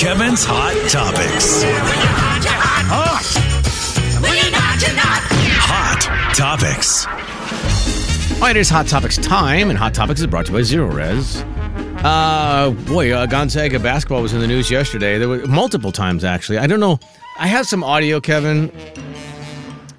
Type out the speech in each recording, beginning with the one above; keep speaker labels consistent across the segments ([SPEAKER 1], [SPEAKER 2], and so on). [SPEAKER 1] Kevin's Hot Topics. Hot Topics.
[SPEAKER 2] All right, it is Hot Topics time, and Hot Topics is brought to you by Zero Res. Uh, boy, uh, Gonzaga basketball was in the news yesterday. There were multiple times, actually. I don't know. I have some audio, Kevin,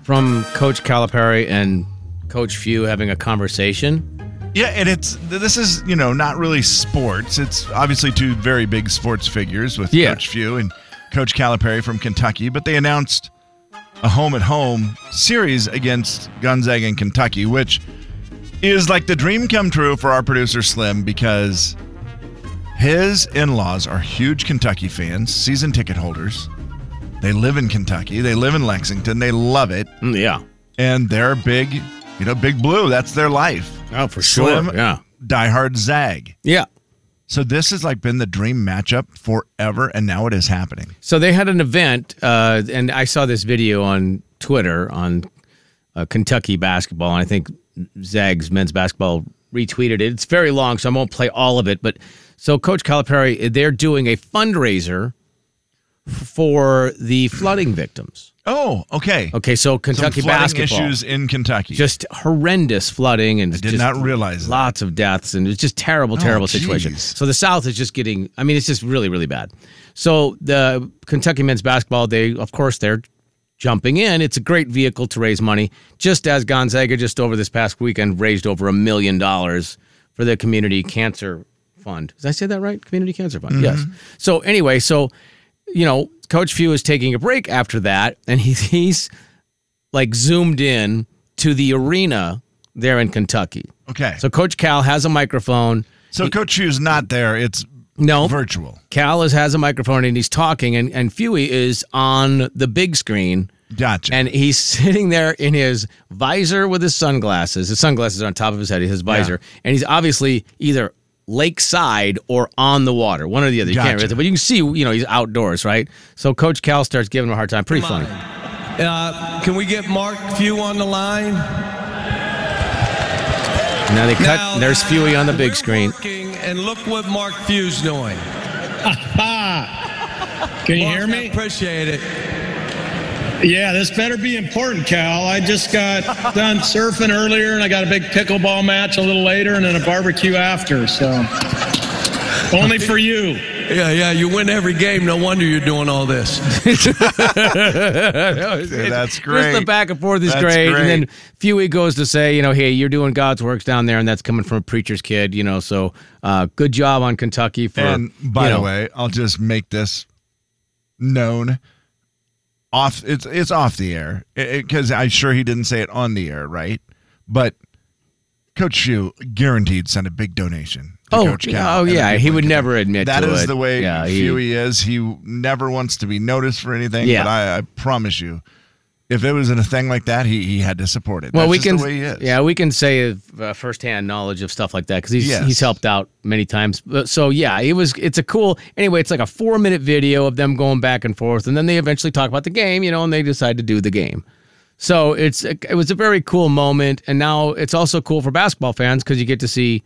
[SPEAKER 2] from Coach Calipari and Coach Few having a conversation.
[SPEAKER 3] Yeah, and it's this is you know not really sports. It's obviously two very big sports figures with
[SPEAKER 2] Yeah.
[SPEAKER 3] Coach Few and Coach Calipari from Kentucky, but they announced a home at home series against Gonzaga and Kentucky, which is like the dream come true for our producer Slim because his in-laws are huge Kentucky fans, season ticket holders. They live in Kentucky. They live in Lexington. They love it,
[SPEAKER 2] Mm, yeah.
[SPEAKER 3] and they're big, you know, big blue. That's their life
[SPEAKER 2] Oh, for
[SPEAKER 3] sure.
[SPEAKER 2] Yeah.
[SPEAKER 3] diehard Zag.
[SPEAKER 2] Yeah.
[SPEAKER 3] So this has like been the dream matchup forever, and now it is happening.
[SPEAKER 2] So they had an event, uh, and I saw this video on Twitter on uh, Kentucky basketball, and I think Zags men's basketball retweeted it. It's very long, so I won't play all of it. But so Coach Calipari, they're doing a fundraiser f- for the flooding victims.
[SPEAKER 3] Oh, okay.
[SPEAKER 2] Okay, so
[SPEAKER 3] Some
[SPEAKER 2] Kentucky
[SPEAKER 3] flooding
[SPEAKER 2] basketball
[SPEAKER 3] issues in Kentucky.
[SPEAKER 2] just horrendous flooding and I
[SPEAKER 3] did not realize that. Oh,
[SPEAKER 2] lots of deaths and it's just terrible terrible situation
[SPEAKER 3] geez.
[SPEAKER 2] so the south is just getting i mean it's just really really bad so the kentucky men's basketball they of course they're jumping in it's a great vehicle to raise money just as gonzaga just over this past weekend raised over a million dollars for the community cancer fund did i say that right community cancer fund yes
[SPEAKER 3] Mm-hmm.
[SPEAKER 2] so anyway so you know coach few is taking a break after that and he, he's like zoomed in to the arena there in Kentucky.
[SPEAKER 3] okay.
[SPEAKER 2] So
[SPEAKER 3] So,
[SPEAKER 2] Coach Cal has a microphone.
[SPEAKER 3] Coach Hugh's not there. It's
[SPEAKER 2] No,
[SPEAKER 3] virtual.
[SPEAKER 2] Cal is, has a microphone and he's talking, and and Fuey is on the big screen.
[SPEAKER 3] Gotcha.
[SPEAKER 2] And he's sitting there in his visor with his sunglasses. His sunglasses are on top of his head, his visor. And he's obviously either lakeside or on the water, one or the other. You can't
[SPEAKER 3] Gotcha.
[SPEAKER 2] really tell, but you can see, you know, he's outdoors, right? So Coach Cal starts giving him a hard time. Pretty funny.
[SPEAKER 4] Uh, can we get Mark Few on the line?
[SPEAKER 2] Now they cut,
[SPEAKER 4] Now,
[SPEAKER 2] there's Fuey on the big
[SPEAKER 4] we're
[SPEAKER 2] screen.
[SPEAKER 4] working, and look what Mark Few's doing.
[SPEAKER 5] Can you
[SPEAKER 4] Mark,
[SPEAKER 5] hear
[SPEAKER 4] I
[SPEAKER 5] me?
[SPEAKER 4] appreciate it.
[SPEAKER 5] Yeah, this better be important, Cal. I just got done surfing earlier, and I got a big pickleball match a little later, and then a barbecue after. So, only for you.
[SPEAKER 4] Yeah, yeah, you win every game. No wonder you're doing all this.
[SPEAKER 3] Yeah, that's
[SPEAKER 2] Just the
[SPEAKER 3] great.
[SPEAKER 2] back and forth is
[SPEAKER 3] That's
[SPEAKER 2] great.
[SPEAKER 3] great.
[SPEAKER 2] And then Fuey goes to say, you know, hey, you're doing God's works down there, and that's coming from a preacher's kid, you know. So uh, good job on Kentucky for.
[SPEAKER 3] and by
[SPEAKER 2] uh, you
[SPEAKER 3] the
[SPEAKER 2] know-
[SPEAKER 3] way, I'll just make this known. Off, it's it's off the air because I'm sure he didn't say it on the air, right? But Coach Hugh guaranteed sent a big donation. to
[SPEAKER 2] Oh,
[SPEAKER 3] Coach
[SPEAKER 2] oh
[SPEAKER 3] Cal and the
[SPEAKER 2] yeah,
[SPEAKER 3] people
[SPEAKER 2] he
[SPEAKER 3] in
[SPEAKER 2] would
[SPEAKER 3] Kentucky.
[SPEAKER 2] never admit
[SPEAKER 3] That
[SPEAKER 2] to
[SPEAKER 3] is
[SPEAKER 2] it.
[SPEAKER 3] the way
[SPEAKER 2] Yeah, he-
[SPEAKER 3] Huey is. He never wants to be noticed for anything.
[SPEAKER 2] Yeah.
[SPEAKER 3] But I, I promise you, if it was in a thing like that, he, he had to support it.
[SPEAKER 2] well,
[SPEAKER 3] That's
[SPEAKER 2] we
[SPEAKER 3] just
[SPEAKER 2] can,
[SPEAKER 3] the way he is.
[SPEAKER 2] yeah, we can say uh, firsthand knowledge of stuff like that because he's
[SPEAKER 3] Yes.
[SPEAKER 2] he's helped out many times. But- So yeah, it was it's a cool. Anyway, it's like a four minute video of them going back and forth, and then they eventually talk about the game, you know, and they decide to do the game. So it's it was a very cool moment, and now it's also cool for basketball fans because you get to see,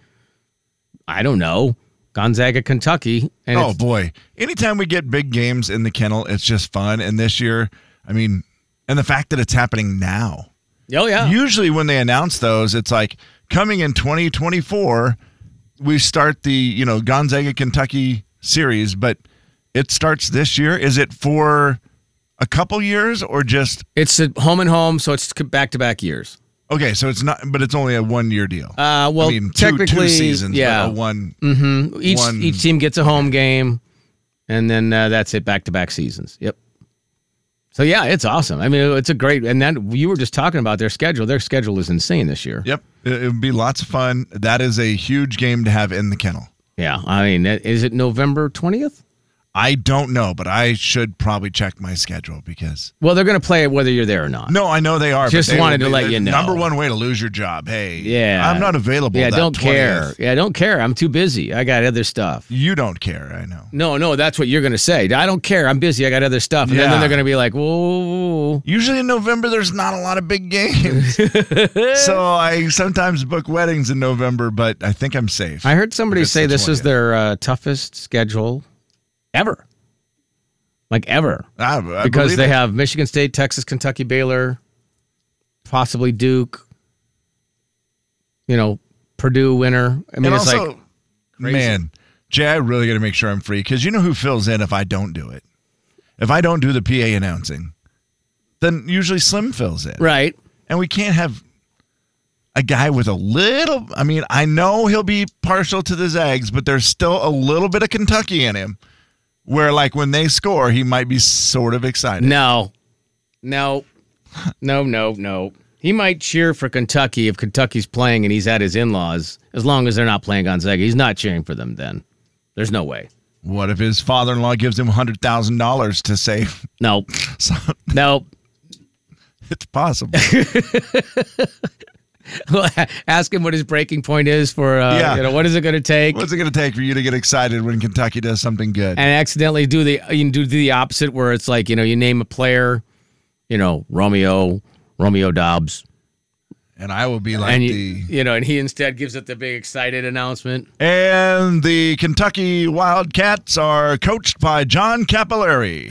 [SPEAKER 2] I don't know, Gonzaga, Kentucky, and
[SPEAKER 3] Oh
[SPEAKER 2] it's-
[SPEAKER 3] boy! Anytime we get big games in the kennel, it's just fun. And this year, I mean, and the fact that it's happening now.
[SPEAKER 2] oh yeah,
[SPEAKER 3] Usually, when they announce those, it's like coming in 2024. We start the you know Gonzaga Kentucky series, but it starts this year. Is it for a couple years or just
[SPEAKER 2] it's a home and home, so it's back to back years.
[SPEAKER 3] okay? So it's not, but it's only a one year deal.
[SPEAKER 2] Uh, well,
[SPEAKER 3] I mean, two,
[SPEAKER 2] technically,
[SPEAKER 3] two seasons,
[SPEAKER 2] yeah, Mm.
[SPEAKER 3] but a one.
[SPEAKER 2] each
[SPEAKER 3] one-
[SPEAKER 2] each team gets a home game, and then uh, that's it. Back to back seasons. Yep. So yeah, it's awesome. I mean, it's a great. And then you were just talking about their schedule. Their schedule is insane this year.
[SPEAKER 3] Yep, it, it would be lots of fun. That is a huge game to have in the kennel.
[SPEAKER 2] Yeah. I mean, that- is it November twentieth?
[SPEAKER 3] I don't know, but I should probably check my schedule because
[SPEAKER 2] Well, they're going to play it whether you're there or not.
[SPEAKER 3] no, I know they are. but
[SPEAKER 2] Just
[SPEAKER 3] they
[SPEAKER 2] wanted
[SPEAKER 3] would
[SPEAKER 2] to
[SPEAKER 3] be
[SPEAKER 2] let
[SPEAKER 3] the
[SPEAKER 2] you know.
[SPEAKER 3] Number one way to lose your job. Hey,
[SPEAKER 2] Yeah.
[SPEAKER 3] I'm not available.
[SPEAKER 2] Yeah.
[SPEAKER 3] that
[SPEAKER 2] Don't care.
[SPEAKER 3] 20th.
[SPEAKER 2] Yeah. Don't care. I'm too busy. I got other stuff.
[SPEAKER 3] You don't care. I know.
[SPEAKER 2] No, no, that's what you're going to say. I don't care. I'm busy. I got other stuff. And then, then
[SPEAKER 3] Yeah.
[SPEAKER 2] they're going to be like, whoa.
[SPEAKER 3] Usually in November, there's not a lot of big games, so I sometimes book weddings in November. But I think I'm safe.
[SPEAKER 2] I heard somebody
[SPEAKER 3] It's
[SPEAKER 2] say
[SPEAKER 3] the
[SPEAKER 2] this is
[SPEAKER 3] 20th.
[SPEAKER 2] their uh, toughest schedule ever. like ever,
[SPEAKER 3] I, I
[SPEAKER 2] because
[SPEAKER 3] believe
[SPEAKER 2] they
[SPEAKER 3] it.
[SPEAKER 2] have Michigan State, Texas, Kentucky, Baylor, possibly Duke. You know, Purdue winner. I mean,
[SPEAKER 3] And
[SPEAKER 2] it's
[SPEAKER 3] also,
[SPEAKER 2] like
[SPEAKER 3] man, Jay, I really got to make sure I'm free because you know who fills in if I don't do it. If I don't do the PA announcing, then usually Slim fills in,
[SPEAKER 2] right.
[SPEAKER 3] and we can't have a guy with a little. I mean, I know he'll be partial to the Zags, but there's still a little bit of Kentucky in him. Where like when they score, he might be sort of excited.
[SPEAKER 2] No, no, no, no, no. He might cheer for Kentucky if Kentucky's playing and he's at his in laws, as long as they're not playing Gonzaga. He's not cheering for them then. There's no way.
[SPEAKER 3] What if his father-in-law gives him hundred thousand dollars to say
[SPEAKER 2] No,
[SPEAKER 3] something?
[SPEAKER 2] no.
[SPEAKER 3] It's possible.
[SPEAKER 2] Ask him what his breaking point is for, uh,
[SPEAKER 3] Yeah.
[SPEAKER 2] you know, what is it going to take?
[SPEAKER 3] What's it going to take for you to get excited when Kentucky does something good?
[SPEAKER 2] and accidentally do the you can do the opposite where it's like you know you name a player, you know Romeo Romeo Dobbs,
[SPEAKER 3] And I will be like
[SPEAKER 2] and you,
[SPEAKER 3] the
[SPEAKER 2] you know and he instead gives it the big excited announcement.
[SPEAKER 3] and the Kentucky Wildcats are coached by John Capillary.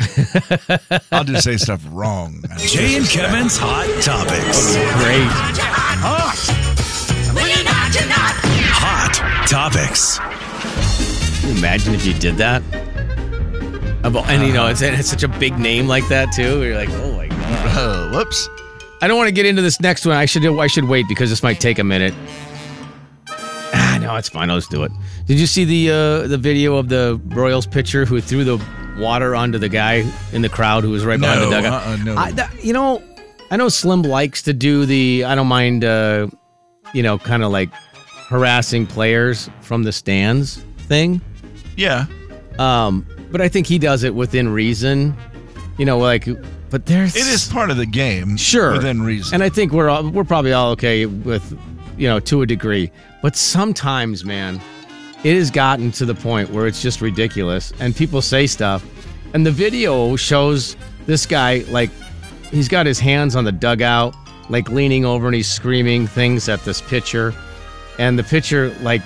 [SPEAKER 3] I'll just say stuff wrong.
[SPEAKER 1] Jay and Kevin's Hot Topics.
[SPEAKER 2] Great.
[SPEAKER 1] Hot Topics.
[SPEAKER 2] Can you imagine if you did that? Of all- And you know, it's, it's such a big name like that too. You're like, oh my god.
[SPEAKER 3] Oh, whoops.
[SPEAKER 2] I don't want to get into this next one. I should I should wait because this might take a minute. Ah, no, it's fine. I'll just do it. Did you see the uh, the video of the Royals pitcher who threw the water onto the guy in the crowd who was right behind
[SPEAKER 3] No,
[SPEAKER 2] the dugout?
[SPEAKER 3] uh-uh, no.
[SPEAKER 2] I, that, you know, I know Slim likes to do the I don't mind, uh, you know, kind of like harassing players from the stands thing.
[SPEAKER 3] Yeah.
[SPEAKER 2] Um, but I think he does it within reason. You know, like, but there's
[SPEAKER 3] It is part of the game.
[SPEAKER 2] sure
[SPEAKER 3] Within reason.
[SPEAKER 2] And I think we're all, we're probably all okay with, you know, to a degree. But sometimes, man, it has gotten to the point where it's just ridiculous, and people say stuff, and the video shows this guy like he's got his hands on the dugout, like leaning over, and he's screaming things at this pitcher, and the pitcher like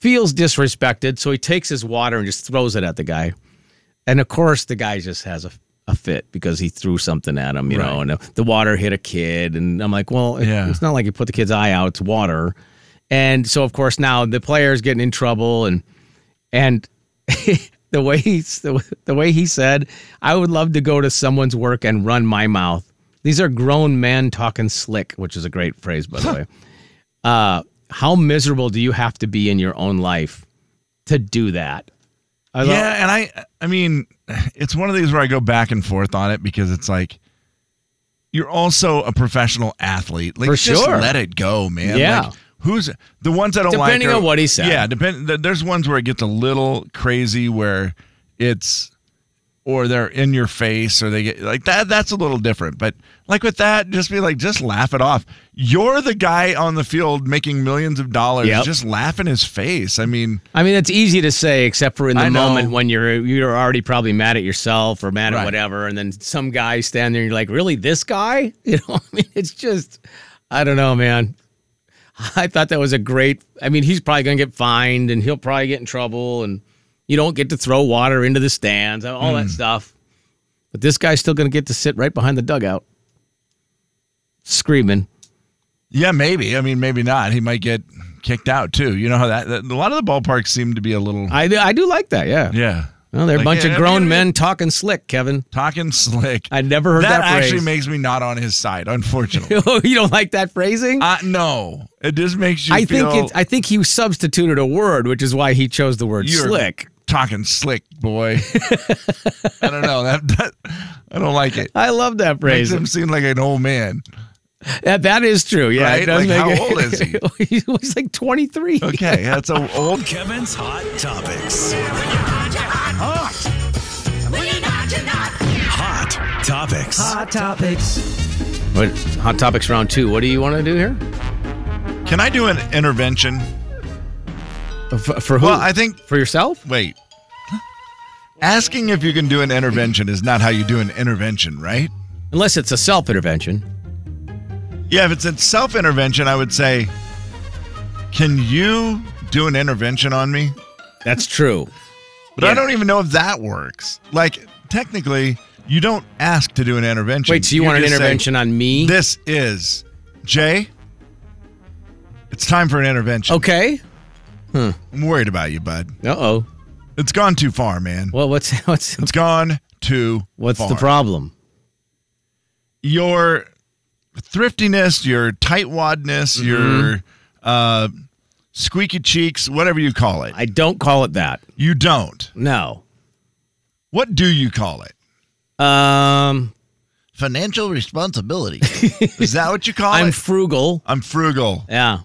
[SPEAKER 2] feels disrespected, so he takes his water and just throws it at the guy. And of course, the guy just has a, a fit because he threw something at him, you know, and the water hit a kid. And I'm like, well, it-
[SPEAKER 3] Yeah.
[SPEAKER 2] it's not like you put the kid's eye out, it's water. And so, of course, now the player's getting in trouble. And, and, The way he the, the way he said, I would love to go to someone's work and run my mouth. These are grown men talking slick, which is a great phrase, by the way uh, how miserable do you have to be in your own life to do that? I thought,
[SPEAKER 3] yeah, and I I mean, it's one of these where I go back and forth on it because it's like you're also a professional athlete. Like
[SPEAKER 2] For
[SPEAKER 3] just
[SPEAKER 2] sure.
[SPEAKER 3] let it go, man.
[SPEAKER 2] Yeah.
[SPEAKER 3] Like, who's the ones I don't like
[SPEAKER 2] Depending
[SPEAKER 3] are-
[SPEAKER 2] on what he said.
[SPEAKER 3] Yeah, depend th- there's ones where it gets a little crazy where it's or they're in your face or they get like that that's a little different. But like with that, just be like just laugh it off. You're the guy on the field making millions of dollars.
[SPEAKER 2] Yep.
[SPEAKER 3] Just laugh in his face. I mean,
[SPEAKER 2] I mean, that's easy to say, except for in the
[SPEAKER 3] I know.
[SPEAKER 2] moment when you're you're already probably mad at yourself or mad
[SPEAKER 3] Right.
[SPEAKER 2] at whatever, and then some guy stand there and you're like, really, this guy? You know, I mean, it's just, I don't know, man. I thought that was a great. I mean, he's probably gonna get fined and he'll probably get in trouble, and you don't get to throw water into the stands, all
[SPEAKER 3] Hmm.
[SPEAKER 2] that stuff. But this guy's still gonna get to sit right behind the dugout, screaming.
[SPEAKER 3] Yeah, maybe. I mean, maybe not. He might get kicked out too. You know how that, that- a lot of the ballparks seem to be a little
[SPEAKER 2] I do, I do like that. Yeah.
[SPEAKER 3] yeah.
[SPEAKER 2] Well, they're a
[SPEAKER 3] Like,
[SPEAKER 2] bunch
[SPEAKER 3] yeah,
[SPEAKER 2] of
[SPEAKER 3] I
[SPEAKER 2] grown
[SPEAKER 3] mean,
[SPEAKER 2] men talking slick, Kevin.
[SPEAKER 3] talking slick.
[SPEAKER 2] I never heard that,
[SPEAKER 3] that actually
[SPEAKER 2] phrase. Oh,
[SPEAKER 3] makes me not on his side, unfortunately.
[SPEAKER 2] you don't like that phrasing?
[SPEAKER 3] uh, no, it just makes you
[SPEAKER 2] I
[SPEAKER 3] feel
[SPEAKER 2] think it's, I think he substituted a word, which is why he chose the word
[SPEAKER 3] you're
[SPEAKER 2] slick.
[SPEAKER 3] talking slick, boy. I don't know. That, that I don't like it.
[SPEAKER 2] I love that
[SPEAKER 3] Makes
[SPEAKER 2] phrase.
[SPEAKER 3] him seem like an old man.
[SPEAKER 2] That, that is true. Yeah.
[SPEAKER 3] Right?
[SPEAKER 2] it does
[SPEAKER 3] Like,
[SPEAKER 2] make
[SPEAKER 3] how old is he?
[SPEAKER 2] he was like 23.
[SPEAKER 3] Okay, that's a old.
[SPEAKER 1] Kevin's Hot Topics. Hot Topics.
[SPEAKER 2] What, hot topics round two. What do you want to do here?
[SPEAKER 3] Can I do an intervention?
[SPEAKER 2] Uh, For, for who?
[SPEAKER 3] Well, I think
[SPEAKER 2] for yourself?
[SPEAKER 3] Wait. Asking if you can do an intervention is not how you do an intervention, right?
[SPEAKER 2] Unless it's a self intervention.
[SPEAKER 3] Yeah, if it's a self intervention, I would say, Can you do an intervention on me?
[SPEAKER 2] That's true.
[SPEAKER 3] But I
[SPEAKER 2] Yeah.
[SPEAKER 3] don't even know if that works. Like technically, you don't ask to do an intervention.
[SPEAKER 2] Wait, so you, want an
[SPEAKER 3] just say,
[SPEAKER 2] intervention on me?
[SPEAKER 3] This is Jay. It's time for an intervention.
[SPEAKER 2] okay.
[SPEAKER 3] I'm worried about you, bud.
[SPEAKER 2] Uh oh.
[SPEAKER 3] It's gone too far, man.
[SPEAKER 2] Well, what's what's
[SPEAKER 3] It's gone too.
[SPEAKER 2] what's the
[SPEAKER 3] far.
[SPEAKER 2] problem?
[SPEAKER 3] Your thriftiness, your tightwadness,
[SPEAKER 2] Mm-hmm.
[SPEAKER 3] your uh, squeaky cheeks, whatever you call it.
[SPEAKER 2] I don't call it that.
[SPEAKER 3] You don't.
[SPEAKER 2] No.
[SPEAKER 3] What do you call it?
[SPEAKER 2] Um,
[SPEAKER 3] Financial responsibility. is that what you call
[SPEAKER 2] I'm
[SPEAKER 3] it?
[SPEAKER 2] frugal.
[SPEAKER 3] I'm frugal.
[SPEAKER 2] Yeah.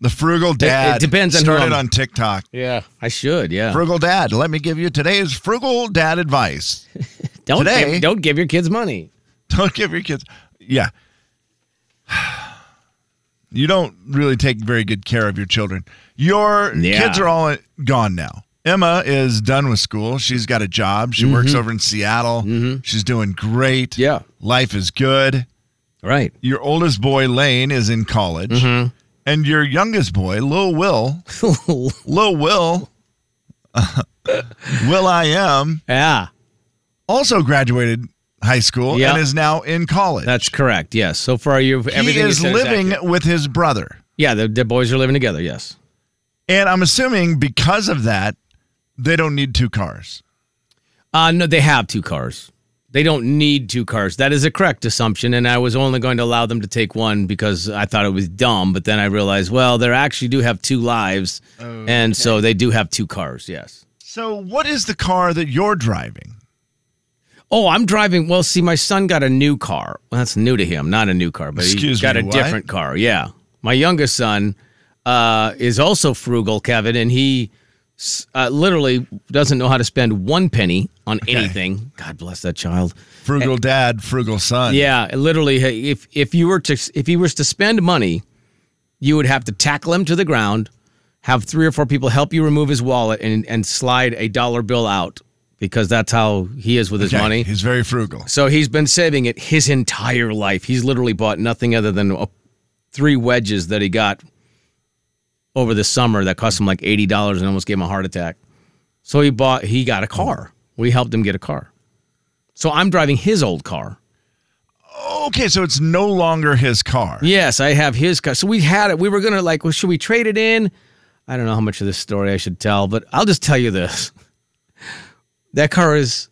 [SPEAKER 3] The frugal dad.
[SPEAKER 2] depends on who
[SPEAKER 3] started
[SPEAKER 2] I'm-
[SPEAKER 3] on TikTok.
[SPEAKER 2] Yeah. I should. Yeah.
[SPEAKER 3] Frugal dad. Let me give you today's frugal dad advice.
[SPEAKER 2] don't
[SPEAKER 3] today-
[SPEAKER 2] give, don't give your kids money.
[SPEAKER 3] Don't give your kids. Yeah. You don't really take very good care of your children. Your
[SPEAKER 2] Yeah.
[SPEAKER 3] kids are all gone now. Emma is done with school. She's got a job. She works over in Seattle. She's doing great.
[SPEAKER 2] Mm-hmm. Yeah.
[SPEAKER 3] Life is good.
[SPEAKER 2] Right.
[SPEAKER 3] Your oldest boy, Lane, is in college.
[SPEAKER 2] Mm-hmm.
[SPEAKER 3] And your youngest boy, Lil Will, Lil Will, Will I Am,
[SPEAKER 2] yeah.
[SPEAKER 3] also graduated high school
[SPEAKER 2] Yeah.
[SPEAKER 3] and is now in college.
[SPEAKER 2] That's correct. Yes. So far, you've
[SPEAKER 3] he
[SPEAKER 2] everything you
[SPEAKER 3] is
[SPEAKER 2] said
[SPEAKER 3] living
[SPEAKER 2] accurate.
[SPEAKER 3] with his brother.
[SPEAKER 2] yeah. The, the boys are living together. Yes.
[SPEAKER 3] And I'm assuming because of that, they don't need two cars.
[SPEAKER 2] Uh, no, they have two cars. They don't need two cars. That is a correct assumption. And I was only going to allow them to take one because I thought it was dumb. But then I realized, well, they actually do have two lives.
[SPEAKER 3] Oh,
[SPEAKER 2] And so they do have two cars. Yes.
[SPEAKER 3] So, what is the car that you're driving?
[SPEAKER 2] Oh, I'm driving. Well, see, my son got a new car. Well, that's new to him. Not a new car, but
[SPEAKER 3] Excuse
[SPEAKER 2] he got
[SPEAKER 3] me,
[SPEAKER 2] a
[SPEAKER 3] what?
[SPEAKER 2] different car. Yeah. My youngest son uh, is also frugal, Kevin, and he s- uh, literally doesn't know how to spend one penny on anything. God bless that child.
[SPEAKER 3] Frugal dad, frugal son.
[SPEAKER 2] Eh. Yeah, literally. hey, If if you were to if he was to spend money, you would have to tackle him to the ground, have three or four people help you remove his wallet, and and slide a dollar bill out because that's how he is with his
[SPEAKER 3] Okay,
[SPEAKER 2] money.
[SPEAKER 3] He's very frugal.
[SPEAKER 2] So he's been saving it his entire life. He's literally bought nothing other than uh, three wedges that he got over the summer that cost him like eighty dollars and almost gave him a heart attack. So he bought he got a car. We helped him get a car. So I'm driving his old car.
[SPEAKER 3] Okay, so it's no longer his car.
[SPEAKER 2] Yes, I have his car. So we had it. We were gonna like, well, should we trade it in? I don't know how much of this story I should tell, but I'll just tell you this. That car is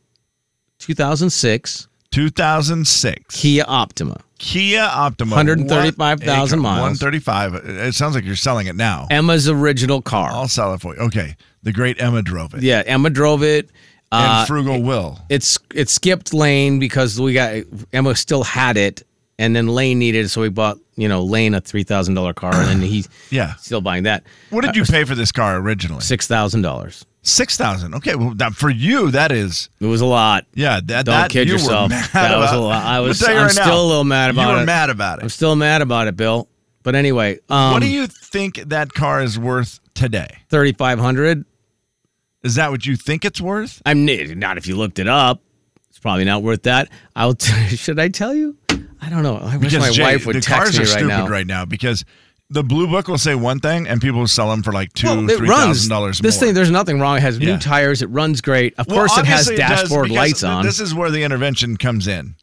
[SPEAKER 2] 2006
[SPEAKER 3] 2006.
[SPEAKER 2] Kia Optima.
[SPEAKER 3] Kia Optima.
[SPEAKER 2] 135,000
[SPEAKER 3] One-
[SPEAKER 2] miles.
[SPEAKER 3] 135. It sounds like you're selling it now.
[SPEAKER 2] Emma's original car.
[SPEAKER 3] I'll sell it for you. Okay. The great Emma drove it.
[SPEAKER 2] Yeah, Emma drove it.
[SPEAKER 3] And
[SPEAKER 2] Uh,
[SPEAKER 3] Frugal Will.
[SPEAKER 2] it's it skipped Lane because we got Emma still had it, and then Lane needed, it, so we bought you know Lane a three thousand dollar car, and then he's
[SPEAKER 3] Yeah.
[SPEAKER 2] still buying that
[SPEAKER 3] What did you pay for this car originally?
[SPEAKER 2] six thousand dollars.
[SPEAKER 3] Six thousand. Okay, well, that, for you, that is
[SPEAKER 2] It was a lot.
[SPEAKER 3] yeah. That
[SPEAKER 2] Don't
[SPEAKER 3] that
[SPEAKER 2] kid
[SPEAKER 3] you Were
[SPEAKER 2] yourself.
[SPEAKER 3] mad
[SPEAKER 2] That was a
[SPEAKER 3] about-
[SPEAKER 2] lot. I
[SPEAKER 3] I'll
[SPEAKER 2] was-
[SPEAKER 3] tell you
[SPEAKER 2] I'm
[SPEAKER 3] right now,
[SPEAKER 2] still a little mad
[SPEAKER 3] You
[SPEAKER 2] about
[SPEAKER 3] were
[SPEAKER 2] it.
[SPEAKER 3] mad about
[SPEAKER 2] I'm
[SPEAKER 3] it.
[SPEAKER 2] still mad about it, Bill. But anyway, um,
[SPEAKER 3] what do you think that car is worth today?
[SPEAKER 2] thirty five hundred?
[SPEAKER 3] Is that what you think it's worth?
[SPEAKER 2] I'm n- not if you looked it up. It's probably not worth that. I'll. T- should I tell you? I don't know. I wish my
[SPEAKER 3] Because Jay,
[SPEAKER 2] wife would
[SPEAKER 3] the
[SPEAKER 2] text
[SPEAKER 3] cars
[SPEAKER 2] me
[SPEAKER 3] are
[SPEAKER 2] right
[SPEAKER 3] stupid
[SPEAKER 2] now.
[SPEAKER 3] right now because the blue book will say one thing and people will sell them for like two,
[SPEAKER 2] Well, it
[SPEAKER 3] three
[SPEAKER 2] runs.
[SPEAKER 3] thousand dollars.
[SPEAKER 2] This thing, there's nothing wrong. It has
[SPEAKER 3] Yeah.
[SPEAKER 2] new tires. It runs great. Of
[SPEAKER 3] Well,
[SPEAKER 2] course, it has
[SPEAKER 3] obviously does
[SPEAKER 2] dashboard
[SPEAKER 3] because
[SPEAKER 2] lights
[SPEAKER 3] th-
[SPEAKER 2] on.
[SPEAKER 3] This is where the intervention comes in.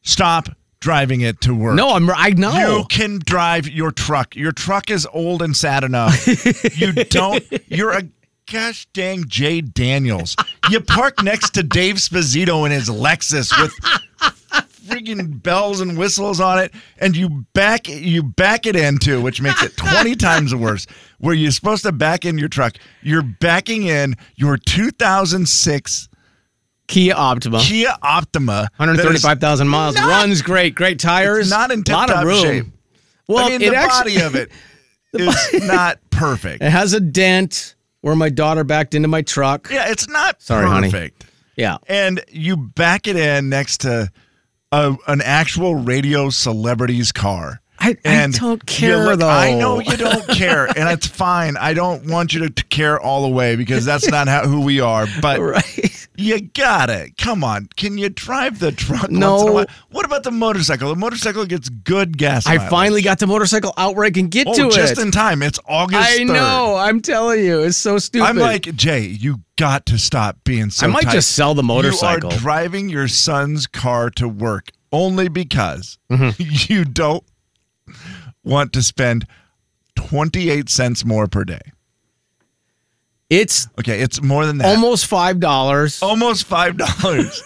[SPEAKER 3] Stop driving it to work.
[SPEAKER 2] no, I'm. I know.
[SPEAKER 3] You can drive your truck. Your truck is old and sad enough. you don't. You're a gosh dang Jay Daniels. You park next to Dave Spazito in his Lexus with freaking bells and whistles on it, and you back you back it in too, which makes it twenty times worse. Where you're supposed to back in your truck, you're backing in your 2006
[SPEAKER 2] Kia Optima.
[SPEAKER 3] Kia Optima, that is
[SPEAKER 2] 135,000 miles.
[SPEAKER 3] not-
[SPEAKER 2] runs great. Great tires.
[SPEAKER 3] It's not in
[SPEAKER 2] lot of
[SPEAKER 3] tip-top
[SPEAKER 2] room.
[SPEAKER 3] shape.
[SPEAKER 2] Well,
[SPEAKER 3] I mean,
[SPEAKER 2] it
[SPEAKER 3] the
[SPEAKER 2] actually
[SPEAKER 3] body of it is not perfect.
[SPEAKER 2] it has a dent where my daughter backed into my truck.
[SPEAKER 3] Yeah, it's not
[SPEAKER 2] Sorry, honey.
[SPEAKER 3] perfect.
[SPEAKER 2] Yeah.
[SPEAKER 3] And you back it in next to a, an actual radio celebrity's car.
[SPEAKER 2] I- I don't
[SPEAKER 3] you
[SPEAKER 2] care,
[SPEAKER 3] I
[SPEAKER 2] though.
[SPEAKER 3] know you don't care, and it's fine. I don't want you to, to care all the way because that's not how, who we are. But
[SPEAKER 2] Right.
[SPEAKER 3] You got it. Come on. Can you drive the truck?
[SPEAKER 2] No.
[SPEAKER 3] Once in a while? What about the motorcycle? The motorcycle gets good gas.
[SPEAKER 2] I
[SPEAKER 3] mileage.
[SPEAKER 2] finally got the motorcycle out where I can get
[SPEAKER 3] Oh,
[SPEAKER 2] to it.
[SPEAKER 3] just in time. It's August.
[SPEAKER 2] I
[SPEAKER 3] 3rd.
[SPEAKER 2] know. I'm telling you, it's so stupid.
[SPEAKER 3] I'm like Jay. You got to stop being so.
[SPEAKER 2] I might
[SPEAKER 3] tight.
[SPEAKER 2] just sell the motorcycle.
[SPEAKER 3] You are driving your son's car to work only because
[SPEAKER 2] Mm-hmm.
[SPEAKER 3] you don't want to spend twenty eight cents more per day.
[SPEAKER 2] it's
[SPEAKER 3] Okay, it's more than that.
[SPEAKER 2] almost five dollars.
[SPEAKER 3] Almost five dollars.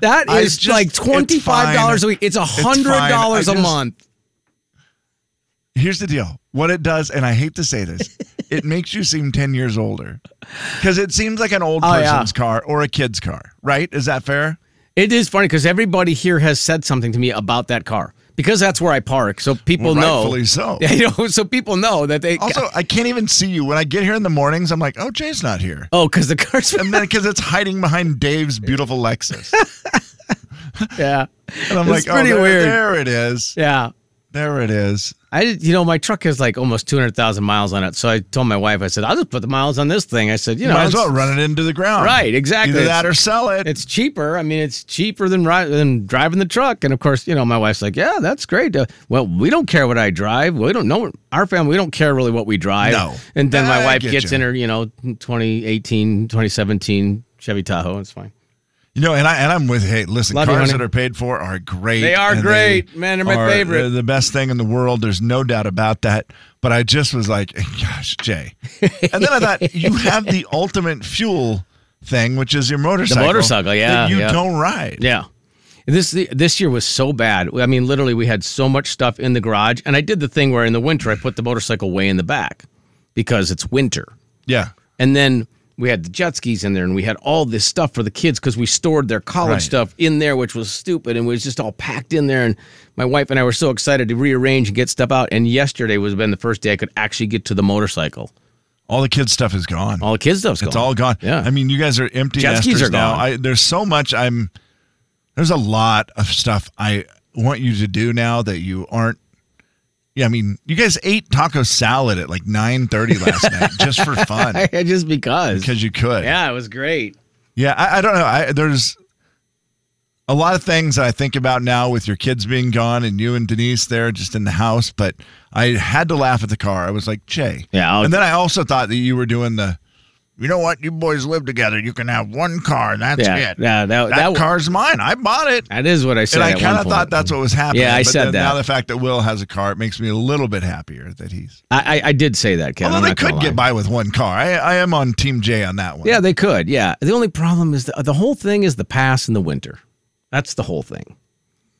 [SPEAKER 2] that
[SPEAKER 3] I
[SPEAKER 2] is
[SPEAKER 3] just-
[SPEAKER 2] like
[SPEAKER 3] it's
[SPEAKER 2] twenty five dollars a week. It's a
[SPEAKER 3] It's fine.
[SPEAKER 2] hundred dollars
[SPEAKER 3] I
[SPEAKER 2] a
[SPEAKER 3] just-
[SPEAKER 2] month.
[SPEAKER 3] Here's the deal. What it does, and I hate to say this, it makes you seem 10 years older. Because it seems like an old
[SPEAKER 2] Oh, yeah.
[SPEAKER 3] person's car or a kid's car, right? Is that fair?
[SPEAKER 2] It is funny because everybody here has said something to me about that car because that's where I park. So people
[SPEAKER 3] Rightfully
[SPEAKER 2] know.
[SPEAKER 3] so.
[SPEAKER 2] Yeah, you know, so people know that they.
[SPEAKER 3] Also, I can't even see you. When I get here in the mornings, I'm like, oh, Jay's not here.
[SPEAKER 2] oh, because the car's.
[SPEAKER 3] And then because it's hiding behind Dave's beautiful Lexus.
[SPEAKER 2] yeah,
[SPEAKER 3] And I'm
[SPEAKER 2] It's
[SPEAKER 3] like, oh,
[SPEAKER 2] pretty
[SPEAKER 3] there,
[SPEAKER 2] weird.
[SPEAKER 3] there it is.
[SPEAKER 2] yeah.
[SPEAKER 3] There it is.
[SPEAKER 2] I did, you know, my truck has like almost 200,000 miles on it. So I told my wife, I said, I'll just put the miles on this thing. I said, you know,
[SPEAKER 3] Might as
[SPEAKER 2] it's-
[SPEAKER 3] well run it into the ground.
[SPEAKER 2] Right, exactly.
[SPEAKER 3] Either
[SPEAKER 2] It's-
[SPEAKER 3] that or sell it.
[SPEAKER 2] It's cheaper. I mean, it's cheaper than ri- than driving the truck. And of course, you know, my wife's like, "Yeah, that's great." Uh, well, we don't care what I drive. We don't know our family. We don't care really what we drive.
[SPEAKER 3] No.
[SPEAKER 2] And then my
[SPEAKER 3] I
[SPEAKER 2] wife
[SPEAKER 3] get
[SPEAKER 2] gets
[SPEAKER 3] you.
[SPEAKER 2] in her, you know, 2018, 2017 Chevy Tahoe. It's fine.
[SPEAKER 3] You know, and I and I'm with hey, listen,
[SPEAKER 2] Love you,
[SPEAKER 3] cars
[SPEAKER 2] honey.
[SPEAKER 3] that are paid for are great.
[SPEAKER 2] They are
[SPEAKER 3] and
[SPEAKER 2] great. Man, they're my
[SPEAKER 3] are-
[SPEAKER 2] favorite.
[SPEAKER 3] They're the best thing in the world. There's no doubt about that. But I just was like, gosh, Jay. And then I thought, you have the ultimate fuel thing, which is your motorcycle.
[SPEAKER 2] motorcycle, yeah,
[SPEAKER 3] That you
[SPEAKER 2] yeah.
[SPEAKER 3] don't ride.
[SPEAKER 2] Yeah. This this year was so bad. I mean, literally, we had so much stuff in the garage, and I did the thing where in the winter I put the motorcycle way in the back because it's winter.
[SPEAKER 3] Yeah.
[SPEAKER 2] And then we had the jet skis in there, and we had all this stuff for the kids because we stored their college
[SPEAKER 3] Right.
[SPEAKER 2] stuff in there, which was stupid, and it was just all packed in there. And my wife and I were so excited to rearrange and get stuff out. And yesterday was been the first day I could actually get to the motorcycle.
[SPEAKER 3] All the kids' stuff is gone.
[SPEAKER 2] All the kids' stuff's
[SPEAKER 3] it's
[SPEAKER 2] gone.
[SPEAKER 3] all gone.
[SPEAKER 2] Yeah,
[SPEAKER 3] I mean, you guys are empty
[SPEAKER 2] Jet skis
[SPEAKER 3] nesters
[SPEAKER 2] are
[SPEAKER 3] now.
[SPEAKER 2] gone.
[SPEAKER 3] I there's so much I'm there's a lot of stuff I want you to do now that you aren't yeah, I mean, you guys ate taco salad at like 9:30 last night just for fun.
[SPEAKER 2] just because.
[SPEAKER 3] because you could.
[SPEAKER 2] Yeah, it was great.
[SPEAKER 3] Yeah, I, I don't know. I, there's a lot of things that I think about now with your kids being gone and you and Denise there just in the house. But I had to laugh at the car. I was like, Jay.
[SPEAKER 2] Yeah, I'll-
[SPEAKER 3] and then I also thought that you were doing the. You know what? You boys live together. You can have one car. And that's
[SPEAKER 2] Yeah,
[SPEAKER 3] it.
[SPEAKER 2] yeah, that-
[SPEAKER 3] that,
[SPEAKER 2] that-
[SPEAKER 3] car's mine. I bought it.
[SPEAKER 2] That is what I said.
[SPEAKER 3] And I
[SPEAKER 2] at one
[SPEAKER 3] kind of thought
[SPEAKER 2] point. um,
[SPEAKER 3] that's what was happening.
[SPEAKER 2] Yeah, I
[SPEAKER 3] but
[SPEAKER 2] said
[SPEAKER 3] then
[SPEAKER 2] that.
[SPEAKER 3] Now the fact that Will has a car, it makes me a little bit happier that he's.
[SPEAKER 2] I, I, I did say that, Kevin.
[SPEAKER 3] Although
[SPEAKER 2] I'm
[SPEAKER 3] they
[SPEAKER 2] not gonna
[SPEAKER 3] could get
[SPEAKER 2] lie.
[SPEAKER 3] by with one car. I, I am on Team Jay on that one.
[SPEAKER 2] Yeah, they could. Yeah. The only problem is the, the whole thing is the pass in the winter. That's the whole thing.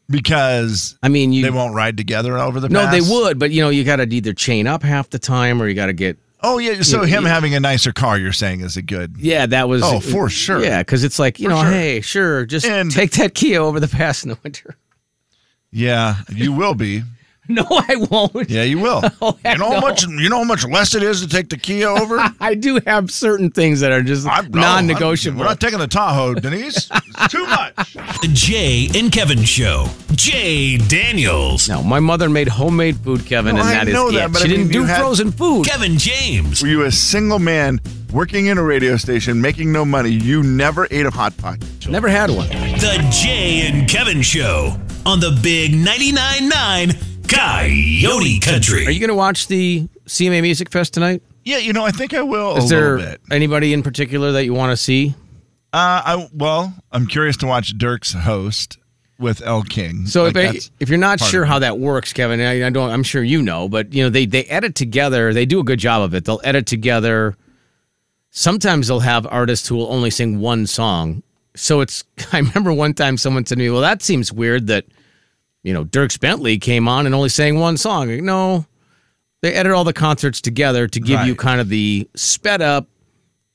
[SPEAKER 3] Because
[SPEAKER 2] I mean, you
[SPEAKER 3] they won't ride together over the
[SPEAKER 2] No,
[SPEAKER 3] pass?
[SPEAKER 2] they would, but you know, you got to either chain up half the time or you got to get.
[SPEAKER 3] Oh yeah, so
[SPEAKER 2] Yeah,
[SPEAKER 3] him
[SPEAKER 2] yeah.
[SPEAKER 3] having a nicer car, you're saying, is a good.
[SPEAKER 2] Yeah, that was.
[SPEAKER 3] Oh, for sure.
[SPEAKER 2] Yeah, because it's like you know,
[SPEAKER 3] sure.
[SPEAKER 2] hey, sure, just
[SPEAKER 3] And-
[SPEAKER 2] take that Kia over the pass in the winter.
[SPEAKER 3] Yeah, you will be.
[SPEAKER 2] No, I won't.
[SPEAKER 3] Yeah, you will.
[SPEAKER 2] Oh,
[SPEAKER 3] you know
[SPEAKER 2] no.
[SPEAKER 3] how much you know how much less it is to take the Kia over.
[SPEAKER 2] I do have certain things that are just
[SPEAKER 3] I'm- no, I'm-
[SPEAKER 2] non-negotiable.
[SPEAKER 3] We're not taking the Tahoe, Denise. It's too much.
[SPEAKER 1] The Jay and Kevin Show. Jay Daniels.
[SPEAKER 2] no, my mother made homemade food, Kevin,
[SPEAKER 3] No,
[SPEAKER 2] and
[SPEAKER 3] I
[SPEAKER 2] that is
[SPEAKER 3] know
[SPEAKER 2] it.
[SPEAKER 3] that, but
[SPEAKER 2] she
[SPEAKER 3] I mean,
[SPEAKER 2] didn't do
[SPEAKER 3] you had-
[SPEAKER 2] frozen food.
[SPEAKER 1] Kevin James.
[SPEAKER 3] Were you a single man working in a radio station, making no money? You never ate a hot pocket.
[SPEAKER 2] Never had one.
[SPEAKER 1] The Jay and Kevin Show on the Big 99.9 9 Coyote Country.
[SPEAKER 2] Are you going to watch the CMA Music Fest tonight?
[SPEAKER 3] Yeah, you know, I think I will
[SPEAKER 2] Is
[SPEAKER 3] a
[SPEAKER 2] there
[SPEAKER 3] little bit.
[SPEAKER 2] anybody in particular that you want to see?
[SPEAKER 3] Uh, I well, I'm curious to watch Dirk's host with El King.
[SPEAKER 2] So
[SPEAKER 3] Mm-hmm. Like,
[SPEAKER 2] if,
[SPEAKER 3] that's-
[SPEAKER 2] if you're not
[SPEAKER 3] part of
[SPEAKER 2] sure
[SPEAKER 3] it.
[SPEAKER 2] how that works, Kevin, I, I don't. I'm sure you know, but you know they they edit together. They do a good job of it. They'll edit together. Sometimes they'll have artists who will only sing one song. So it's. I remember one time someone said to me, "Well, that seems weird that, you know, Dirk Bentley came on and only sang one song." Like, no, they edit all the concerts together to give you
[SPEAKER 3] Right.
[SPEAKER 2] kind of the sped up,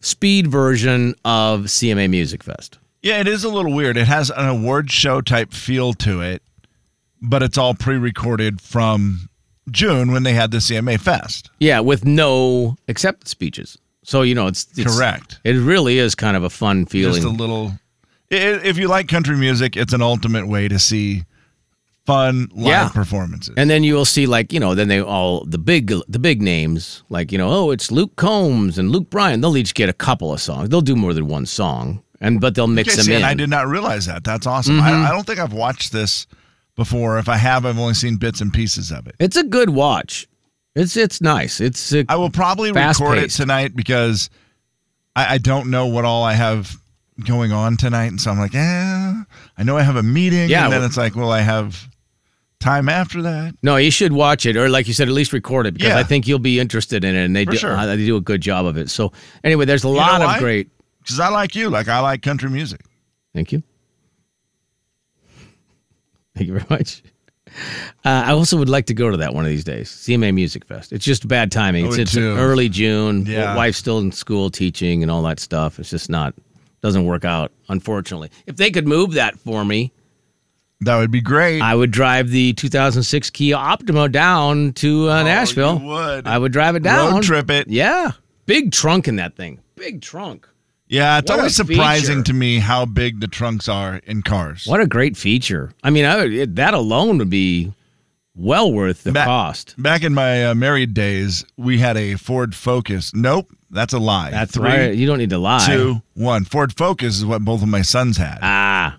[SPEAKER 2] speed version of CMA Music Fest.
[SPEAKER 3] Yeah, it is a little weird. It has an award show type feel to it, but it's all pre recorded from June when they had the CMA Fest.
[SPEAKER 2] Yeah, with no acceptance speeches. So you know it's, it's
[SPEAKER 3] Correct.
[SPEAKER 2] It really is kind of a fun feeling.
[SPEAKER 3] Just a little. i- i- If you like country music, it's an ultimate way to see fun live
[SPEAKER 2] Yeah.
[SPEAKER 3] performances.
[SPEAKER 2] And then you will see, like you know, then they all the big the big names, like you know, oh, it's Luke Combs and Luke Bryan. They'll each get a couple of songs. They'll do more than one song, and but they'll mix
[SPEAKER 3] Okay,
[SPEAKER 2] them
[SPEAKER 3] see,
[SPEAKER 2] in.
[SPEAKER 3] and I did not realize that. That's awesome.
[SPEAKER 2] Mm-hmm.
[SPEAKER 3] I, I don't think I've watched this before. If I have, I've only seen bits and pieces of it.
[SPEAKER 2] It's a good watch. It's it's nice. It's uh,
[SPEAKER 3] I will probably record it
[SPEAKER 2] Fast-paced.
[SPEAKER 3] tonight because I, I don't know what all I have going on tonight, and so I'm like, eh. I know I have a meeting,
[SPEAKER 2] Yeah,
[SPEAKER 3] and then
[SPEAKER 2] well-
[SPEAKER 3] it's like, well, I have time after that.
[SPEAKER 2] no, you should watch it, or like you said, at least record it because
[SPEAKER 3] Yeah.
[SPEAKER 2] I think you'll be interested in it, and they
[SPEAKER 3] For
[SPEAKER 2] do
[SPEAKER 3] sure.
[SPEAKER 2] uh, they do a good job of it. So anyway, there's a lot
[SPEAKER 3] know
[SPEAKER 2] of
[SPEAKER 3] why?
[SPEAKER 2] great.
[SPEAKER 3] Because I like you, like I like country music.
[SPEAKER 2] Thank you. Thank you very much. Uh, I also would like to go to that one of these days, CMA Music Fest. It's just bad timing.
[SPEAKER 3] I
[SPEAKER 2] It's,
[SPEAKER 3] would
[SPEAKER 2] it's
[SPEAKER 3] too.
[SPEAKER 2] early June.
[SPEAKER 3] Oh, Yeah.
[SPEAKER 2] Wife's still in school teaching and all that stuff. It's just not doesn't work out, unfortunately. If they could move that for me,
[SPEAKER 3] That would be great.
[SPEAKER 2] I would drive the 2006 Kia Optima down to uh, Nashville.
[SPEAKER 3] Oh, you would.
[SPEAKER 2] I would drive it down.
[SPEAKER 3] Road trip it.
[SPEAKER 2] Yeah, big trunk in that thing. Big trunk.
[SPEAKER 3] yeah, it's
[SPEAKER 2] What a
[SPEAKER 3] always surprising
[SPEAKER 2] feature.
[SPEAKER 3] to me how big the trunks are in cars.
[SPEAKER 2] What a great feature! I mean, I would, it, that alone would be well worth the
[SPEAKER 3] Ba-
[SPEAKER 2] cost.
[SPEAKER 3] Back in my uh, married days, we had a Ford Focus. Nope, that's a lie.
[SPEAKER 2] That's
[SPEAKER 3] Three,
[SPEAKER 2] right. You don't need to lie.
[SPEAKER 3] two, one. Ford Focus is what both of my sons had.
[SPEAKER 2] Ah,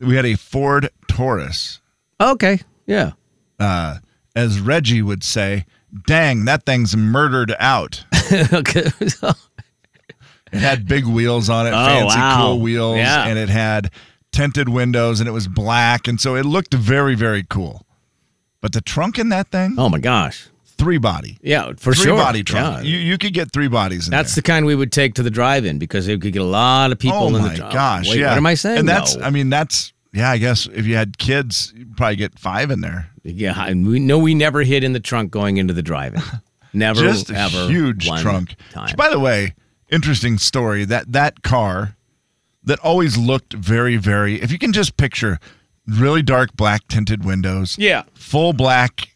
[SPEAKER 3] we had a Ford Taurus.
[SPEAKER 2] okay, yeah.
[SPEAKER 3] Uh, as Reggie would say, dang, that thing's murdered out.
[SPEAKER 2] okay.
[SPEAKER 3] It had big wheels on it,
[SPEAKER 2] Oh,
[SPEAKER 3] fancy
[SPEAKER 2] wow.
[SPEAKER 3] cool wheels,
[SPEAKER 2] Yeah.
[SPEAKER 3] and it had tinted windows and it was black. And so it looked very, very cool. But the trunk in that thing,
[SPEAKER 2] oh my gosh.
[SPEAKER 3] three body.
[SPEAKER 2] Yeah, for
[SPEAKER 3] three
[SPEAKER 2] sure.
[SPEAKER 3] body
[SPEAKER 2] Yeah.
[SPEAKER 3] trunk. You, you could get three bodies in
[SPEAKER 2] That's
[SPEAKER 3] there.
[SPEAKER 2] the kind we would take to the drive-in because they could get a lot of people
[SPEAKER 3] oh
[SPEAKER 2] in the
[SPEAKER 3] my
[SPEAKER 2] drive.
[SPEAKER 3] gosh.
[SPEAKER 2] Wait,
[SPEAKER 3] yeah.
[SPEAKER 2] What am I saying?
[SPEAKER 3] And that's,
[SPEAKER 2] No.
[SPEAKER 3] I mean, that's, yeah, I guess if you had kids, you'd probably get five in there.
[SPEAKER 2] Yeah, and we know we never hid in the trunk going into the drive-in. Never,
[SPEAKER 3] Just a
[SPEAKER 2] ever.
[SPEAKER 3] huge
[SPEAKER 2] one
[SPEAKER 3] trunk.
[SPEAKER 2] Time.
[SPEAKER 3] Which, by the way, interesting story that that car that always looked very, very, if you can just picture really dark black tinted windows.
[SPEAKER 2] Yeah.
[SPEAKER 3] Full black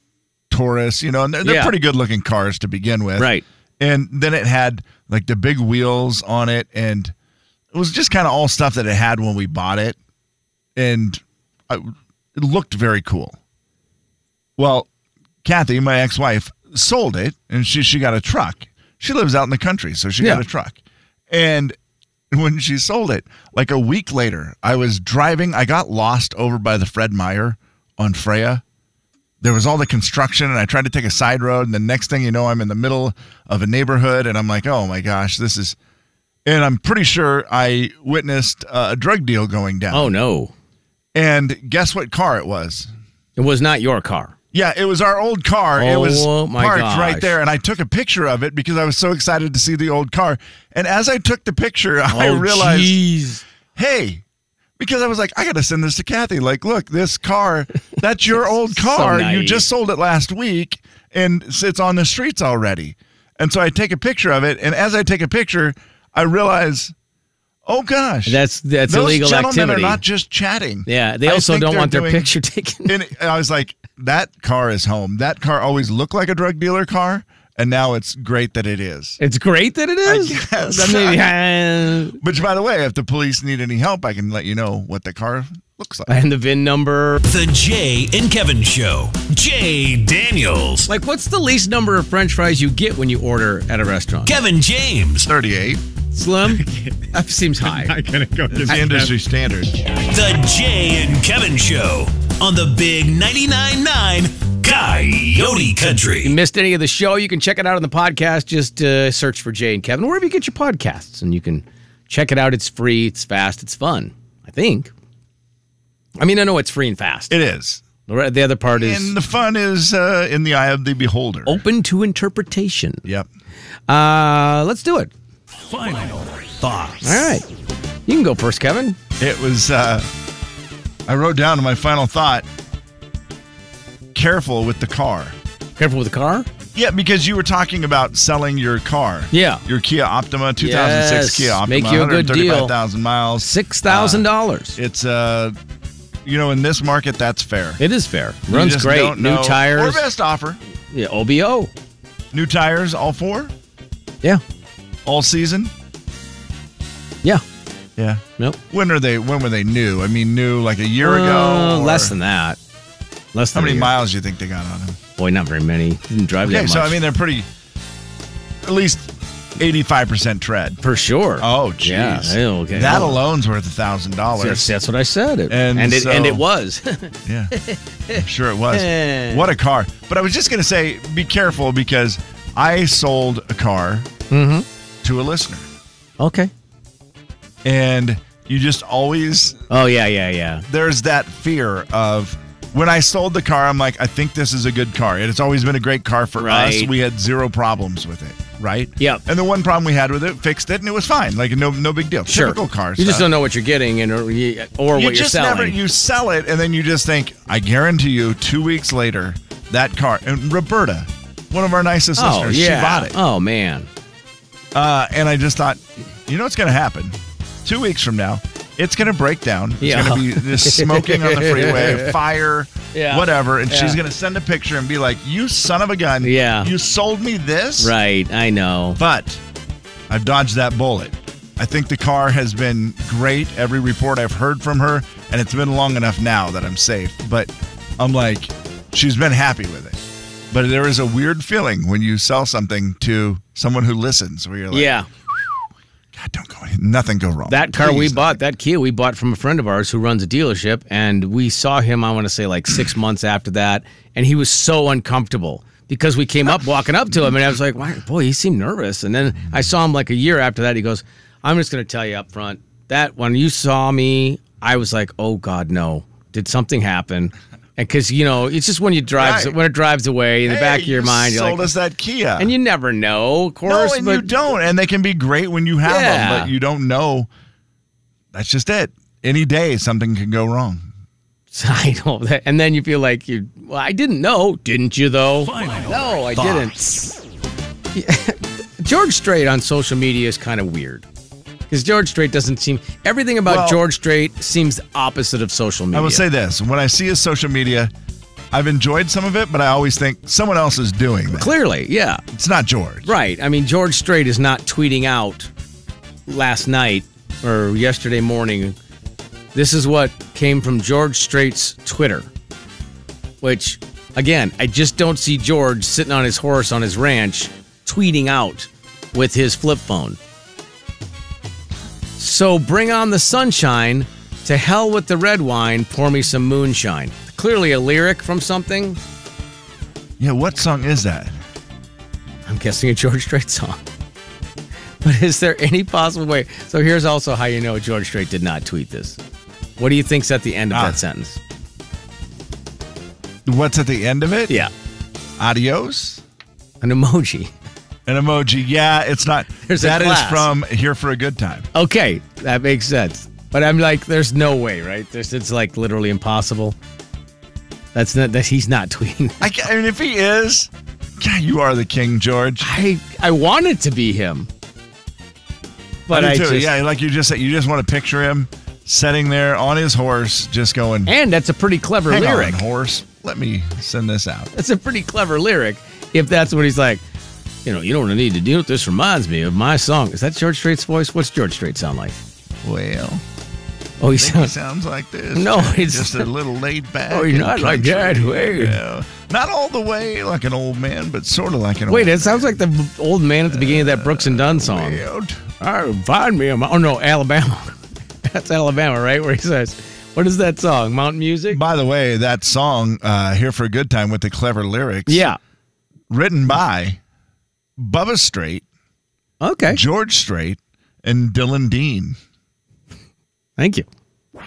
[SPEAKER 3] Taurus, you know, and they're, they're
[SPEAKER 2] Yeah.
[SPEAKER 3] pretty good looking cars to begin with.
[SPEAKER 2] Right.
[SPEAKER 3] And then it had like the big wheels on it and it was just kind of all stuff that it had when we bought it. And I, it looked very cool. Well, Kathy, my ex-wife, sold it, and she she got a truck. She lives out in the country, so she
[SPEAKER 2] Yeah.
[SPEAKER 3] got a truck. And when she sold it, like a week later, I was driving. I got lost over by the Fred Meyer on Freya. There was all the construction, and I tried to take a side road. And the next thing you know, I'm in the middle of a neighborhood, and I'm like, "Oh my gosh, this is." And I'm pretty sure I witnessed uh, a drug deal going down.
[SPEAKER 2] Oh no,
[SPEAKER 3] And guess what car it was?
[SPEAKER 2] it was not your car.
[SPEAKER 3] Yeah, it was our old car. it was
[SPEAKER 2] Oh, my
[SPEAKER 3] parked
[SPEAKER 2] gosh.
[SPEAKER 3] right there, and I took a picture of it because I was so excited to see the old car. And as I took the picture, I
[SPEAKER 2] oh,
[SPEAKER 3] realized,
[SPEAKER 2] jeez.
[SPEAKER 3] hey, because I was like, I got to send this to Kathy. Like, look, this car, that's your old car. you
[SPEAKER 2] naive.
[SPEAKER 3] just sold it last week, and it's it's on the streets already. And so I take a picture of it, and as I take a picture, I realize, oh gosh,
[SPEAKER 2] That's that's
[SPEAKER 3] those
[SPEAKER 2] illegal
[SPEAKER 3] gentlemen
[SPEAKER 2] activity.
[SPEAKER 3] are not just chatting.
[SPEAKER 2] yeah, they
[SPEAKER 3] I
[SPEAKER 2] also
[SPEAKER 3] think
[SPEAKER 2] don't
[SPEAKER 3] they're
[SPEAKER 2] want their
[SPEAKER 3] doing-
[SPEAKER 2] picture taken.
[SPEAKER 3] and I was like, that car is home. That car always looked like a drug dealer car, and now it's great that it is.
[SPEAKER 2] It's great that it is.
[SPEAKER 3] guess.
[SPEAKER 2] That maybe-
[SPEAKER 3] Which, by the way, if the police need any help, I can let you know what the car looks like.
[SPEAKER 2] and the VIN number.
[SPEAKER 1] The Jay and Kevin Show. Jay Daniels.
[SPEAKER 2] Like, what's the least number of French fries you get when you order at a restaurant?
[SPEAKER 1] Kevin James.
[SPEAKER 3] 38
[SPEAKER 2] Slim. that seems high.
[SPEAKER 6] not gonna go
[SPEAKER 3] is
[SPEAKER 6] to
[SPEAKER 3] the industry standard.
[SPEAKER 1] The Jay and Kevin Show on the Big 99.9 9 Coyote
[SPEAKER 2] you
[SPEAKER 1] Country.
[SPEAKER 2] missed any of the show, you can check it out on the podcast. Just uh, search for Jay and Kevin wherever you get your podcasts, and you can check it out. It's free, it's fast, it's fun. I think. I mean, I know it's free and fast.
[SPEAKER 3] It is.
[SPEAKER 2] the re- the other part is Oh.
[SPEAKER 3] And the fun is uh, in the eye of the beholder.
[SPEAKER 2] open to interpretation.
[SPEAKER 3] Yep.
[SPEAKER 2] Uh, let's do it.
[SPEAKER 1] Final thoughts.
[SPEAKER 2] All right, you can go first, Kevin.
[SPEAKER 3] It was, uh, I wrote down my final thought careful with the car.
[SPEAKER 2] Careful with the car.
[SPEAKER 3] Yeah, because you were talking about selling your car.
[SPEAKER 2] Yeah.
[SPEAKER 3] Your Kia Optima, 2006
[SPEAKER 2] Yes.
[SPEAKER 3] Kia Optima,
[SPEAKER 2] Make you a good deal.
[SPEAKER 3] 135,000 miles.
[SPEAKER 2] Six thousand dollars.
[SPEAKER 3] It's uh you know, in this market that's fair.
[SPEAKER 2] It is fair.
[SPEAKER 3] You
[SPEAKER 2] Runs
[SPEAKER 3] just
[SPEAKER 2] great.
[SPEAKER 3] don't
[SPEAKER 2] New
[SPEAKER 3] know- Or
[SPEAKER 2] tires.
[SPEAKER 3] best offer.
[SPEAKER 2] Yeah, OBO.
[SPEAKER 3] New tires, all four,
[SPEAKER 2] Yeah.
[SPEAKER 3] all season.
[SPEAKER 2] Yeah.
[SPEAKER 3] Yeah.
[SPEAKER 2] Nope.
[SPEAKER 3] When are they when were they new? I mean new like a year ago.
[SPEAKER 2] Uh,
[SPEAKER 3] or-
[SPEAKER 2] Less than that. Less
[SPEAKER 3] How
[SPEAKER 2] than a
[SPEAKER 3] many
[SPEAKER 2] year.
[SPEAKER 3] miles do you think they got on him?
[SPEAKER 2] Boy, not very many. Didn't drive
[SPEAKER 3] Okay,
[SPEAKER 2] that
[SPEAKER 3] so
[SPEAKER 2] much.
[SPEAKER 3] I mean they're pretty, at least eighty-five percent tread.
[SPEAKER 2] for sure.
[SPEAKER 3] Oh, jeez.
[SPEAKER 2] Yeah. ew, Okay.
[SPEAKER 3] That
[SPEAKER 2] Oh,
[SPEAKER 3] alone's worth a thousand
[SPEAKER 2] That's,
[SPEAKER 3] dollars.
[SPEAKER 2] that's what I said. It,
[SPEAKER 3] And
[SPEAKER 2] it and
[SPEAKER 3] so-
[SPEAKER 2] it was.
[SPEAKER 3] Yeah, I'm sure it was.
[SPEAKER 2] Eh.
[SPEAKER 3] What a car! But I was just gonna say, be careful because I sold a car
[SPEAKER 2] Mm-hmm.
[SPEAKER 3] to a listener,
[SPEAKER 2] okay.
[SPEAKER 3] and you just always
[SPEAKER 2] Oh yeah, yeah, yeah.
[SPEAKER 3] there's that fear of when I sold the car, I'm like, I think this is a good car. It's always been a great car for us.
[SPEAKER 2] Right.
[SPEAKER 3] We had zero problems with it, right?
[SPEAKER 2] Yep.
[SPEAKER 3] And the one problem we had with it, fixed it, and it was fine. Like no, no big deal.
[SPEAKER 2] Sure.
[SPEAKER 3] Typical car.
[SPEAKER 2] You just
[SPEAKER 3] stuff.
[SPEAKER 2] don't know what you're getting and or, you- or what
[SPEAKER 3] You
[SPEAKER 2] you're
[SPEAKER 3] just
[SPEAKER 2] selling.
[SPEAKER 3] never. You sell it, and then you just think, I guarantee you, two weeks later, that car. And Roberta, one of our nicest
[SPEAKER 2] oh
[SPEAKER 3] listeners,
[SPEAKER 2] yeah.
[SPEAKER 3] she bought it.
[SPEAKER 2] Oh man.
[SPEAKER 3] Uh, and I just thought, you know what's going to happen? Two weeks from now, it's going to break down. It's
[SPEAKER 2] Yeah.
[SPEAKER 3] going to be this smoking on the freeway, fire,
[SPEAKER 2] Yeah.
[SPEAKER 3] whatever. And she's
[SPEAKER 2] Yeah.
[SPEAKER 3] going to send a picture and be like, you son of a gun.
[SPEAKER 2] Yeah.
[SPEAKER 3] You sold me this.
[SPEAKER 2] Right. I know.
[SPEAKER 3] But I've dodged that bullet. I think the car has been great. Every report I've heard from her, and it's been long enough now that I'm safe. But I'm like, she's been happy with it. But there is a weird feeling when you sell something to someone who listens, where you're like,
[SPEAKER 2] yeah.
[SPEAKER 3] God, don't go in. Nothing go wrong.
[SPEAKER 2] That car we
[SPEAKER 3] Please,
[SPEAKER 2] bought, that Kia we bought from a friend of ours who runs a dealership, and we saw him. I want to say like six months after that, and he was so uncomfortable because we came up walking up to him, and I was like, "Why, boy, he seemed nervous." And then I saw him like a year after that. He goes, "I'm just going to tell you up front that when you saw me, I was like, oh God, no, did something happen?" And because you know, it's just when you drives
[SPEAKER 3] Right.
[SPEAKER 2] when it drives away in the
[SPEAKER 3] Hey,
[SPEAKER 2] back of your
[SPEAKER 3] you
[SPEAKER 2] mind, you're
[SPEAKER 3] sold
[SPEAKER 2] like,
[SPEAKER 3] us that Kia,
[SPEAKER 2] and you never know, of course,
[SPEAKER 3] no, and
[SPEAKER 2] but
[SPEAKER 3] you don't, and they can be great when you have
[SPEAKER 2] Yeah.
[SPEAKER 3] them, but you don't know. That's just it. Any day something can go wrong.
[SPEAKER 2] I know that, and then you feel like you. Well, I didn't know, didn't you? Though
[SPEAKER 1] Final
[SPEAKER 2] no, I didn't. Yeah. George Strait on social media is kind of weird because George Strait doesn't seem everything about
[SPEAKER 3] Well-
[SPEAKER 2] George Strait seems the opposite of social media.
[SPEAKER 3] I will say this: when I see his social media, I've enjoyed some of it, but I always think someone else is doing that.
[SPEAKER 2] clearly, yeah,
[SPEAKER 3] It's not George.
[SPEAKER 2] right. I mean, George Strait is not tweeting out last night or yesterday morning. This is what came from George Strait's Twitter, which, again, I just don't see George sitting on his horse on his ranch tweeting out with his flip phone. So bring on the sunshine. To hell with the red wine, pour me some moonshine. Clearly a lyric from something.
[SPEAKER 3] Yeah. What song is that?
[SPEAKER 2] I'm guessing a George Strait song. But is there any possible way? So here's also how you know George Strait did not tweet this. What do you think's at the end of
[SPEAKER 3] Ah.
[SPEAKER 2] that sentence?
[SPEAKER 3] What's at the end of it?
[SPEAKER 2] Yeah,
[SPEAKER 3] Adios.
[SPEAKER 2] an emoji.
[SPEAKER 3] An emoji. Yeah. It's not.
[SPEAKER 2] There's a
[SPEAKER 3] that is
[SPEAKER 2] class.
[SPEAKER 3] from Here for a Good Time.
[SPEAKER 2] Okay, that makes sense. But I'm like, there's no way, right? There's, it's like literally impossible. That's not that he's not tweeting.
[SPEAKER 3] I, ca- I mean, if he is, God, you are the king, George.
[SPEAKER 2] I I want it to be him, but
[SPEAKER 3] do
[SPEAKER 2] I,
[SPEAKER 3] too.
[SPEAKER 2] just
[SPEAKER 3] yeah, like you just said, you just want to picture him sitting there on his horse, just going.
[SPEAKER 2] and that's a pretty clever
[SPEAKER 3] Hang
[SPEAKER 2] lyric.
[SPEAKER 3] on, horse. Let me send this out.
[SPEAKER 2] That's a pretty clever lyric if that's what he's like. You know, you don't need to do it. This reminds me of my song. Is that George Strait's voice? What's George Strait sound like?
[SPEAKER 3] Well,
[SPEAKER 2] Oh, he
[SPEAKER 3] think he
[SPEAKER 2] sounds.
[SPEAKER 3] sounds like this.
[SPEAKER 2] No, it's-
[SPEAKER 3] just a little laid back.
[SPEAKER 2] Oh, he's
[SPEAKER 3] and
[SPEAKER 2] not like that
[SPEAKER 3] country.
[SPEAKER 2] way.
[SPEAKER 3] Yeah. Not all the way like an old man, but sort of like an
[SPEAKER 2] Wait,
[SPEAKER 3] old
[SPEAKER 2] it sounds like the old man at the beginning of that Brooks and Dunn song.
[SPEAKER 3] man.
[SPEAKER 2] Oh, find me a mo- Oh no, Alabama. that's Alabama, right? Where he says, "What is that song? Mountain Music."
[SPEAKER 3] By the way, that song uh, "Here for a Good Time" with the clever lyrics,
[SPEAKER 2] Yeah.
[SPEAKER 3] written by Bubba Strait,
[SPEAKER 2] Okay.
[SPEAKER 3] George Strait, and Dylan Dean.
[SPEAKER 2] Thank you.